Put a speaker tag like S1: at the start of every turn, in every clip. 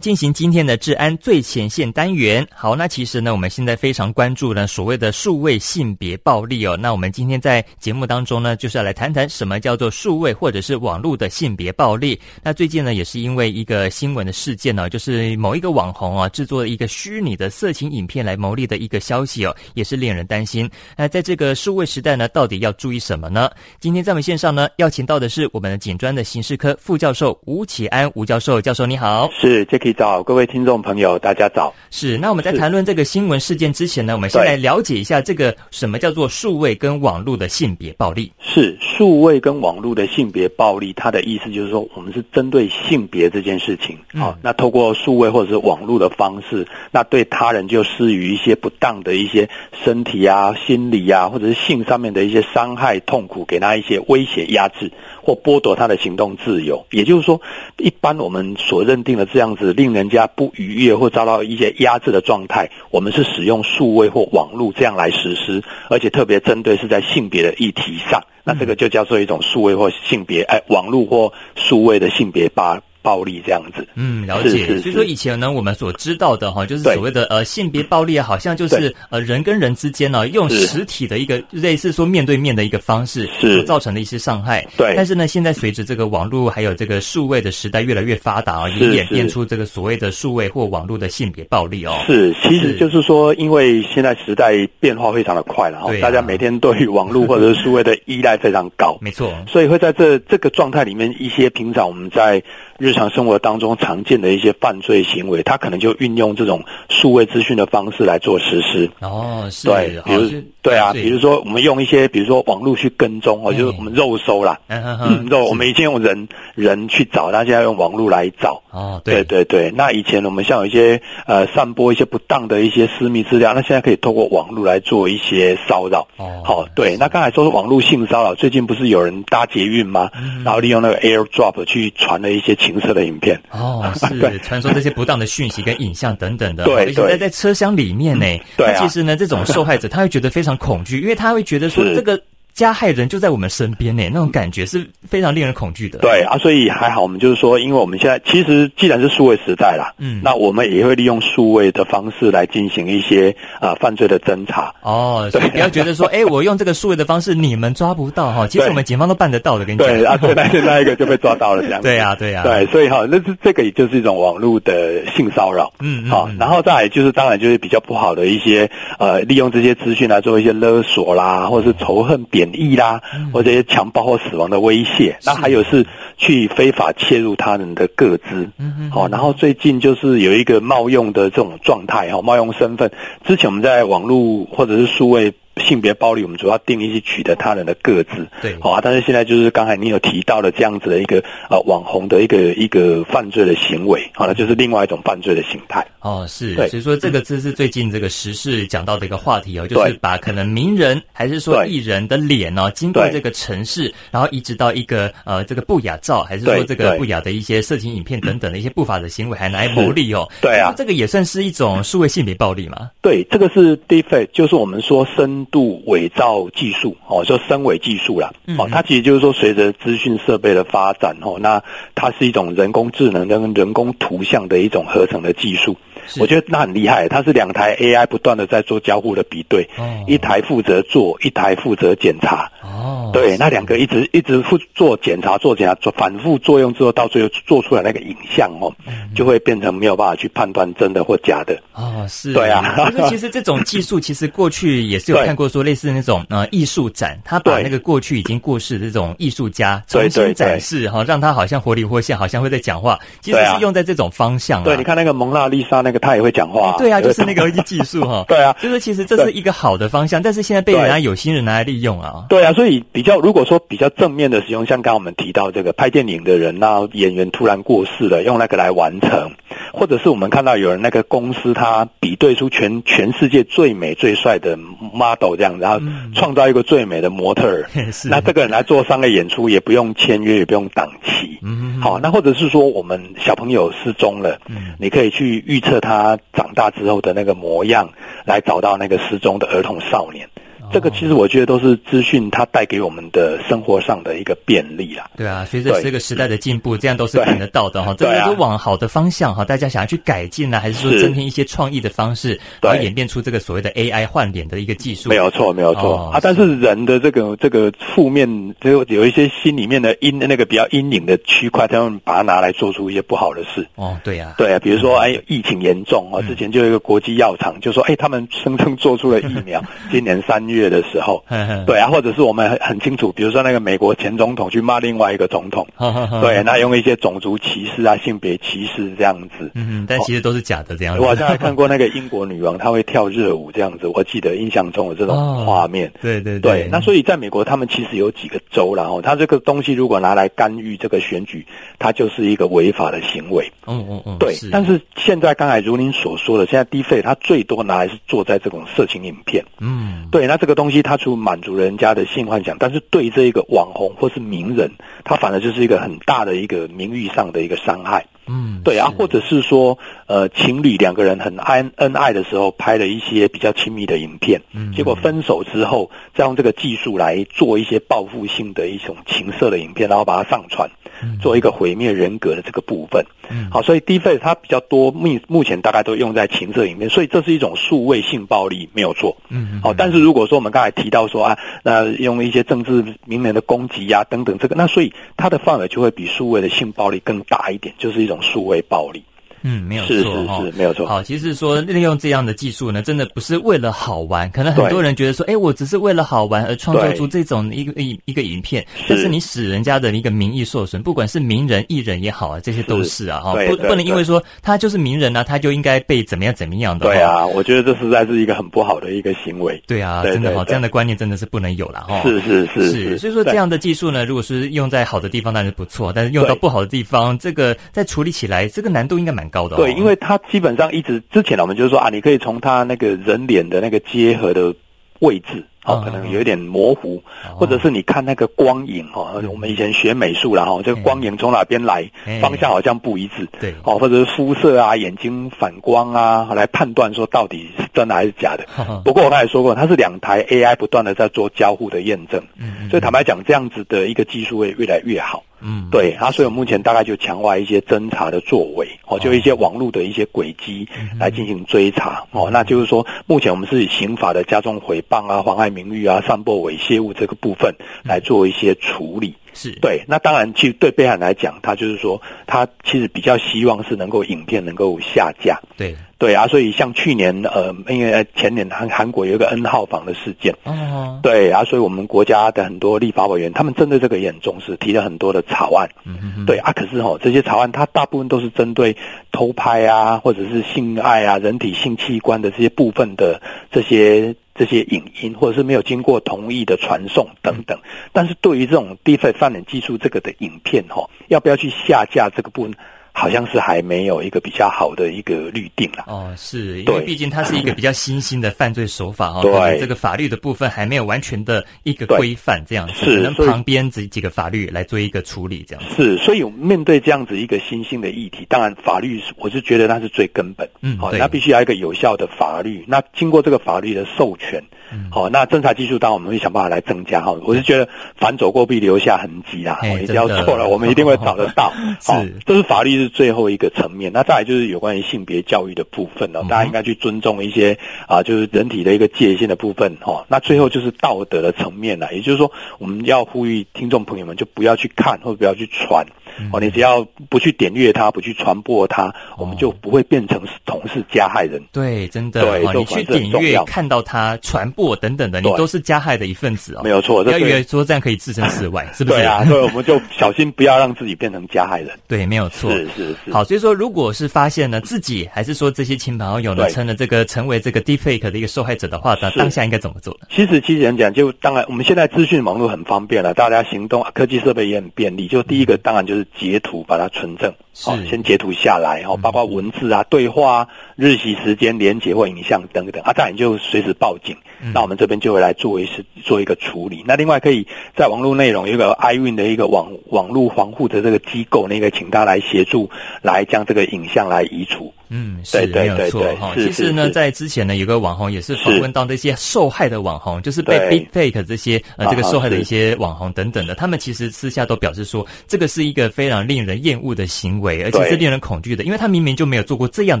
S1: 进行今天的治安最前线单元。好，那其实呢，我们现在非常关注呢所谓的数位性别暴力哦。那我们今天在节目当中呢，就是要来谈谈什么叫做数位或者是网络的性别暴力。那最近呢，也是因为一个新闻的事件呢、哦，就是某一个网红啊制作了一个虚拟的色情影片来牟利的一个消息哦，也是令人担心。那在这个数位时代呢，到底要注意什么呢？今天在我们线上呢，邀请到的是我们的警专的刑事科副教授吴启安吴教授，教授你好。
S2: 是 Jacky 早，各位听众朋友，大家早。
S1: 是，那我们在谈论这个新闻事件之前呢，我们先来了解一下这个什么叫做数位跟网络的性别暴力。
S2: 是数位跟网络的性别暴力，它的意思就是说，我们是针对性别这件事情
S1: 嗯
S2: 好，那透过数位或者是网络的方式，那对他人就施予一些不当的一些身体啊、心理啊，或者是性上面的一些伤害、痛苦，给他一些威胁、压制或剥夺他的行动自由。也就是说，一般我们所认定的这样子令人家不愉悦或遭到一些压制的状态，我们是使用数位或网络这样来实施，而且特别针对是在性别的议题上。那这个就叫做一种数位或性别，
S1: 嗯
S2: 哎，网络或数位的性别霸暴力这样子。
S1: 嗯，了解。
S2: 是是
S1: 所以说
S2: 是
S1: 以前呢，我们所知道的哈，就是
S2: 对
S1: 所谓的呃性别暴力啊，好像就是
S2: 对
S1: 呃人跟人之间呢、用
S2: 是
S1: 实体的一个类似说面对面的一个方式，
S2: 是
S1: 所造成的一些伤害。
S2: 对
S1: 但是呢，现在随着这个网络还有这个数位的时代越来越发达啊，也
S2: 是
S1: 演变
S2: 是
S1: 出这个所谓的数位或网络的性别暴力哦。
S2: 是，其实
S1: 是
S2: 就是说，因为现在时代变化非常的快了哈，
S1: 对啊
S2: 大家每天对于网络或者是数位的依赖非常高，
S1: 没错。
S2: 所以会在这这个状态里面，一些平常我们在日常生活当中常见的一些犯罪行为，它可能就运用这种数位资讯的方式来做实施。
S1: 哦，是，
S2: 对，比
S1: 好
S2: 如
S1: 是
S2: 对啊，
S1: 对
S2: 比如说我们用一些，比如说网络去跟踪哦，
S1: 嗯
S2: 就是我们肉搜啦，
S1: 嗯哼
S2: 嗯，
S1: 哼，
S2: 肉我们以前用人人去找，但现在用网络来找。
S1: 哦，
S2: 对
S1: 对
S2: 对对，那以前我们像有一些呃散播一些不当的一些私密资料，那现在可以透过网络来做一些骚扰。
S1: 哦，
S2: 好、对，那刚才说是网络性骚扰，最近不是有人搭捷运吗？
S1: 嗯
S2: 然后利用那个 AirDrop 去传了一些情色的影片。
S1: 哦， 是传说这些不当的讯息跟影像等等的，
S2: 对
S1: 而且在
S2: 对
S1: 在车厢里面呢，
S2: 对啊
S1: 那其实呢，这种受害者他会觉得非常恐惧，因为他会觉得说
S2: 是
S1: 这个加害人就在我们身边呢，那种感觉是非常令人恐惧的。，
S2: 对啊，所以还好，我们就是说，因为我们现在其实既然是数位时代啦，
S1: 嗯，
S2: 那我们也会利用数位的方式来进行一些啊、呃犯罪的侦查。
S1: 哦，所以不要觉得 说，哎，我用这个数位的方式你们抓不到哈，其实
S2: 对
S1: 我们警方都办得到的，跟你
S2: 对
S1: 讲。
S2: 啊，对，那那一个就被抓到了，这样
S1: 嗯
S2: 子。
S1: 对啊，对啊，
S2: 对，，所以哈、那是这个也就是一种网络的性骚扰。
S1: 嗯嗯，
S2: 好、
S1: 嗯
S2: 然后再来就是当然就是比较不好的一些呃，利用这些资讯来做一些勒索啦，或者是仇恨贬义啦，
S1: 嗯
S2: 或者一些强暴或死亡的威胁。那还有是去非法窃入他人的个资。
S1: 嗯嗯，
S2: 好、然后最近就是有一个冒用的这种状态哈、冒用身份。之前我们在网络或者是数位性别暴力，我们主要定义是取得他人的个资。
S1: 对，
S2: 好、啊，但是现在就是刚才你有提到的这样子的一个呃网红的一个一个犯罪的行为，好、那就是另外一种犯罪的形态。
S1: 哦，是，
S2: 对
S1: 所以说这个字是最近这个时事讲到的一个话题哦，就是
S2: 对
S1: 把可能名人还是说
S2: 对
S1: 艺人的脸哦，经过
S2: 对
S1: 这个城市，然后移植到一个呃这个不雅照，还是说
S2: 对
S1: 这个
S2: 对
S1: 不雅的一些色情影片等等的一些不法的行为，还拿来牟利哦。
S2: 对啊
S1: 就是这个也算是一种数位性别暴力嘛。
S2: 对，这个是 deepfake，就是我们说深度伪造技术，哦，说深伪技术啦，
S1: 嗯
S2: 哦，它其实就是说随着资讯设备的发展，哦，那它是一种人工智能跟人工图像的一种合成的技术。
S1: 是
S2: 我觉得那很厉害，它是两台 AI 不断的在做交互的比对，
S1: 哦
S2: 一台负责做，一台负责检查。
S1: 哦，
S2: 对，那两个一直一直复做检查、做检查、做反复作用之后，到最后做出来那个影像哦，
S1: 嗯
S2: 就会变成没有办法去判断真的或假的。
S1: 哦，是，
S2: 对啊
S1: 所以说其实这种技术，其实过去也是有
S2: 对
S1: 看过，说类似那种呃艺术展，他把
S2: 对
S1: 那个过去已经过世的这种艺术家
S2: 对
S1: 重新
S2: 对
S1: 展
S2: 对
S1: 示哈、让他好像活灵活现，好像会在讲话，其实
S2: 对啊
S1: 是用在这种方向、啊
S2: 对，你看那个蒙娜丽莎那个，她也会讲话、
S1: 对啊，就是那个技术哈、
S2: 对啊，
S1: 就是其实这是一个好的方向，但是现在被
S2: 对
S1: 人家有心人拿来利用啊。
S2: 对啊，所以比较如果说比较正面的使用，像刚刚我们提到这个拍电影的人，那演员突然过世了，用那个来完成，或者是我们看到有人那个公司他比对出全全世界最美最帅的 model 这样子，然后
S1: 嗯
S2: 创造一个最美的模特儿，
S1: 是，
S2: 那这个人来做商业演出，也不用签约，也不用档期。
S1: 嗯，
S2: 好，那或者是说我们小朋友失踪了，
S1: 嗯
S2: 你可以去预测他长大之后的那个模样，来找到那个失踪的儿童少年。
S1: 哦
S2: 这个其实我觉得都是资讯它带给我们的生活上的一个便利啦。
S1: 对啊，随着这个时代的进步，这样都是看得到的哈。这
S2: 嗯对
S1: 个
S2: 啊
S1: 都往好的方向哈，大家想要去改进啊呢，还是说
S2: 是
S1: 增添一些创意的方式，
S2: 对
S1: 然后演变出这个所谓的 AI 换脸的一个技术？
S2: 没有错，没有错、
S1: 哦
S2: 啊！但是人的这个这个负面，就有一些心里面的阴那个比较阴影的区块，他们把它拿来做出一些不好的事。
S1: 哦，对啊，
S2: 对啊，比如说哎，疫情严重
S1: 嗯
S2: 啊，之前就有一个国际药厂就说，哎，他们声称做出了疫 苗，今年三月的时候，
S1: 呵 呵，
S2: 对啊，或者是我们很很清楚，比如说那个美国前总统去骂另外一个总统，
S1: 呵呵呵，
S2: 对，那用一些种族歧视啊、性别歧视这样子。
S1: 嗯，但其实都是假的这样子。
S2: 我好像还看过那个英国女王，她会跳热舞这样子，我记得印象中有这种画面。
S1: 对哦对
S2: 对，那
S1: 以
S2: 所以在美国，他们其实有几个州啦，然哦后他这个东西如果拿来干预这个选举，它就是一个违法的行为。
S1: 嗯嗯嗯，
S2: 对，但
S1: 是
S2: 是现在刚才如您所说的，现在低费它最多拿来是做在这种色情影片。
S1: 嗯，
S2: 对，那这个东西它除了满足人家的性幻想，但是对这一个网红或是名人，它反而就是一个很大的一个名誉上的一个伤害。
S1: 嗯，
S2: 对啊
S1: 是，
S2: 或者是说，呃，情侣两个人很安恩爱的时候拍了一些比较亲密的影片，
S1: 嗯
S2: 结果分手之后再用这个技术来做一些报复性的一种情色的影片，然后把它上传，
S1: 嗯
S2: 做一个毁灭人格的这个部分。
S1: 嗯
S2: 好，所以 deepfake 它比较多，目目前大概都用在情色影片，所以这是一种数位性暴力，没有错。
S1: 嗯，
S2: 好，哦但是如果说我们刚才提到说啊，那用一些政治名人的攻击呀、等等，这个那所以它的范围就会比数位的性暴力更大一点，就是一种数位暴力。
S1: 嗯，没有
S2: 是
S1: 错
S2: 是
S1: 哈
S2: 是，没有错。
S1: 好，其实说利用这样的技术呢，真的不是为了好玩。可能很
S2: 对
S1: 多人觉得说，哎，我只是为了好玩而创作出这种一个一一个影片，但是你使人家的一个名誉受损，不管是名人、艺人也好啊，这些都是啊，哈，
S2: 嗯对
S1: 不
S2: 对
S1: 不能因为
S2: 对
S1: 说他就是名人啊，他就应该被怎么样怎么样的。
S2: 对
S1: 哈，
S2: 啊，我觉得这实在是一个很不好的一个行为。
S1: 对啊，
S2: 对
S1: 真的
S2: 对
S1: 好，
S2: 对
S1: 这样的观念真的是不能有了哈。
S2: 是是是
S1: 哦是，所以说这样的技术呢，如果是用在好的地方，当然是不错；但是用到
S2: 对
S1: 不好的地方，这个在处理起来，这个难度应该蛮高的、哦。
S2: 对，因为它基本上一直之前呢，我们就是说啊，你可以从它那个人脸的那个结合的位置，
S1: 嗯
S2: 哦，可能有一点模糊，
S1: 哦
S2: 或者是你看那个光影哈、哦，我们以前学美术然后这个光影从哪边来
S1: 嗯，
S2: 方向好像不一致。
S1: 对，
S2: 哦，或者是肤色啊、眼睛反光啊，来判断说到底是真的还是假
S1: 哦
S2: 的。不过我刚才说过，它是两台 AI 不断的在做交互的验证，
S1: 嗯
S2: 所以坦白讲，这样子的一个技术会越来越好。
S1: 嗯，
S2: 对，啊，所以我目前大概就强化一些侦查的作为，哦，就一些网络的一些轨迹来进行追查，哦，那就是说，目前我们是以刑法的加重诽谤啊、妨碍名誉啊、散播猥亵物这个部分来做一些处理。
S1: 是，
S2: 对，那当然，其实对被害人来讲，他就是说，他其实比较希望是能够影片能够下架。
S1: 对，
S2: 对啊，所以像去年呃，因为前年韩韩国有一个 N 号房的事件，
S1: 哦，
S2: 对啊，所以我们国家的很多立法委员，他们针对这个也很重视，提了很多的草案。
S1: 嗯嗯嗯，
S2: 对啊，可是哦，这些草案它大部分都是针对偷拍啊，或者是性爱啊、人体性器官的这些部分的这些这些影音，或者是没有经过同意的传送等等。但是对于这种低费泛脸技术这个的影片哦，要不要去下架这个部分，好像是还没有一个比较好的一个律定啦。
S1: 哦，是因为
S2: 对
S1: 毕竟它是一个比较新兴的犯罪手法哈，
S2: 对
S1: 可能这个法律的部分还没有完全的一个
S2: 对
S1: 规范，这样子，
S2: 是
S1: 可能
S2: 所以
S1: 旁边几几个法律来做一个处理，这样子，
S2: 是，所以面对这样子一个新兴的议题，当然法律是我是觉得那是最根本，
S1: 嗯
S2: 好、
S1: 对
S2: 那必须要一个有效的法律。那经过这个法律的授权，
S1: 嗯
S2: 好、那侦查技术当然我们会想办法来增加哈、我是觉得反走过必留下痕迹啦，
S1: 哎
S2: 哦一定要
S1: 真的。
S2: 做了，我们一定会找得到
S1: 是
S2: 好这是法律是最后一个层面。那再来就是有关于性别教育的部分呢、
S1: 嗯哼
S2: 大家应该去尊重一些啊，就是人体的一个界限的部分哈、哦那最后就是道德的层面了，也就是说，我们要呼吁听众朋友们就不要去看或者不要去传
S1: 嗯
S2: 哦，你只要不去点阅它，不去传播它，
S1: 哦
S2: 我们就不会变成是同是加害人。
S1: 对，真的
S2: 对
S1: 哦，你
S2: 这种
S1: 去
S2: 还是很
S1: 点
S2: 重
S1: 阅
S2: 要
S1: 看到它传播等等的，你
S2: 对
S1: 都是加害的一份子哦，
S2: 没有错，
S1: 不要
S2: 这
S1: 以为
S2: 对
S1: 说这样可以置身事 外，是不是？
S2: 对啊，所以我们就小心不要让自己变成加害人。
S1: 对，没有错。
S2: 是是是，
S1: 好，所以说，如果是发现呢自己，还是说这些亲朋好友呢，
S2: 对
S1: 成了这个成为这个 deepfake 的一个受害者的话，那
S2: 是
S1: 当下应该怎么做呢？
S2: 其实，其实人讲，啊就当然，我们现在资讯网络很方便了，大家行动科技设备也很便利。就第一个，当然就是截图把它存证，哦
S1: 是
S2: 先截图下来哦，
S1: 嗯
S2: 包括文字啊、对话、啊、日期、时间、连结或影像等等啊，当然就随时报警。
S1: 嗯
S2: 那我们这边就会来做一次做一个处理。那另外可以在网络内容有一个 i 运的一个网网络防护的这个机构，那个请他来协助来将这个影像来移除。
S1: 嗯，是
S2: 对对
S1: 没有
S2: 对
S1: 错
S2: 对
S1: 哈。
S2: 是
S1: 其实
S2: 是
S1: 呢，
S2: 是
S1: 在之前呢，有个网红也是访
S2: 是
S1: 问到那些受害的网红，就是被
S2: 对
S1: Big Fake 这些呃这个
S2: 啊哈
S1: 受害的
S2: 是
S1: 一些网红等等的，他们其实私下都表示说，这个是一个非常令人厌恶的行为，而且
S2: 对
S1: 是令人恐惧的，因为他明明就没有做过这样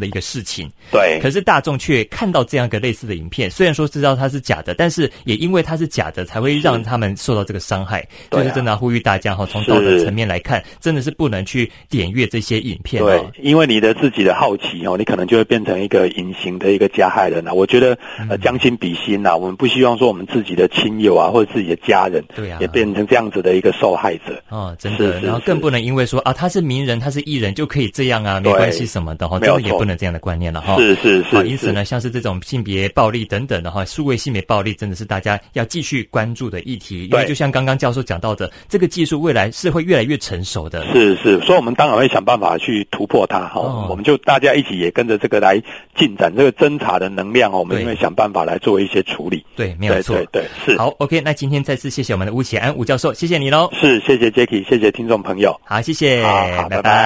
S1: 的一个事情，
S2: 对，
S1: 可是大众却看到这样一个类似的影片，虽然说知道它是假的，但是也因为它是假的，才会让他们受到这个伤害。
S2: 对
S1: 就
S2: 啊
S1: 是真的要呼吁大家哈，从道德层面来看，真的是不能去点阅这些影片
S2: 对
S1: 哦。，
S2: 因为你的自己的好奇哦，你可能就会变成一个隐形的一个加害人啊。我觉得
S1: 嗯
S2: 呃，将心比心呐、我们不希望说我们自己的亲友啊，或者自己的家人，
S1: 对啊
S2: 也变成这样子的一个受害者。
S1: 哦，真
S2: 是
S1: 的，
S2: 是
S1: 然后更
S2: 是
S1: 不能因为说啊，他是名人，他是艺人就可以这样啊，没
S2: 对
S1: 关系什么的哈，
S2: 没
S1: 真
S2: 有
S1: 的也
S2: 错
S1: 不能这样的观念了哈。哦
S2: 是是
S1: 好，
S2: 是，
S1: 因此呢，像是这种性别暴力等等的哈，数位性别暴力真的是大家要继续关注的议题，因为
S2: 对
S1: 就像刚刚教授讲到的，这个技术未来是会越来越成熟的。
S2: 是是，所以我们当然会想办法去突破它哈、
S1: 哦
S2: 我们就大家一起也跟着这个来进展这个侦查的能量哦，我们
S1: 对
S2: 会想办法来做一些处理。
S1: 对，没有
S2: 对
S1: 错。
S2: 对对，是
S1: 好，OK，那今天再次谢谢我们的吴启安吴教授，谢谢你喽。
S2: 是，谢谢 Jacky，谢谢听众朋友。
S1: 好，谢谢，
S2: 好好拜拜
S1: 拜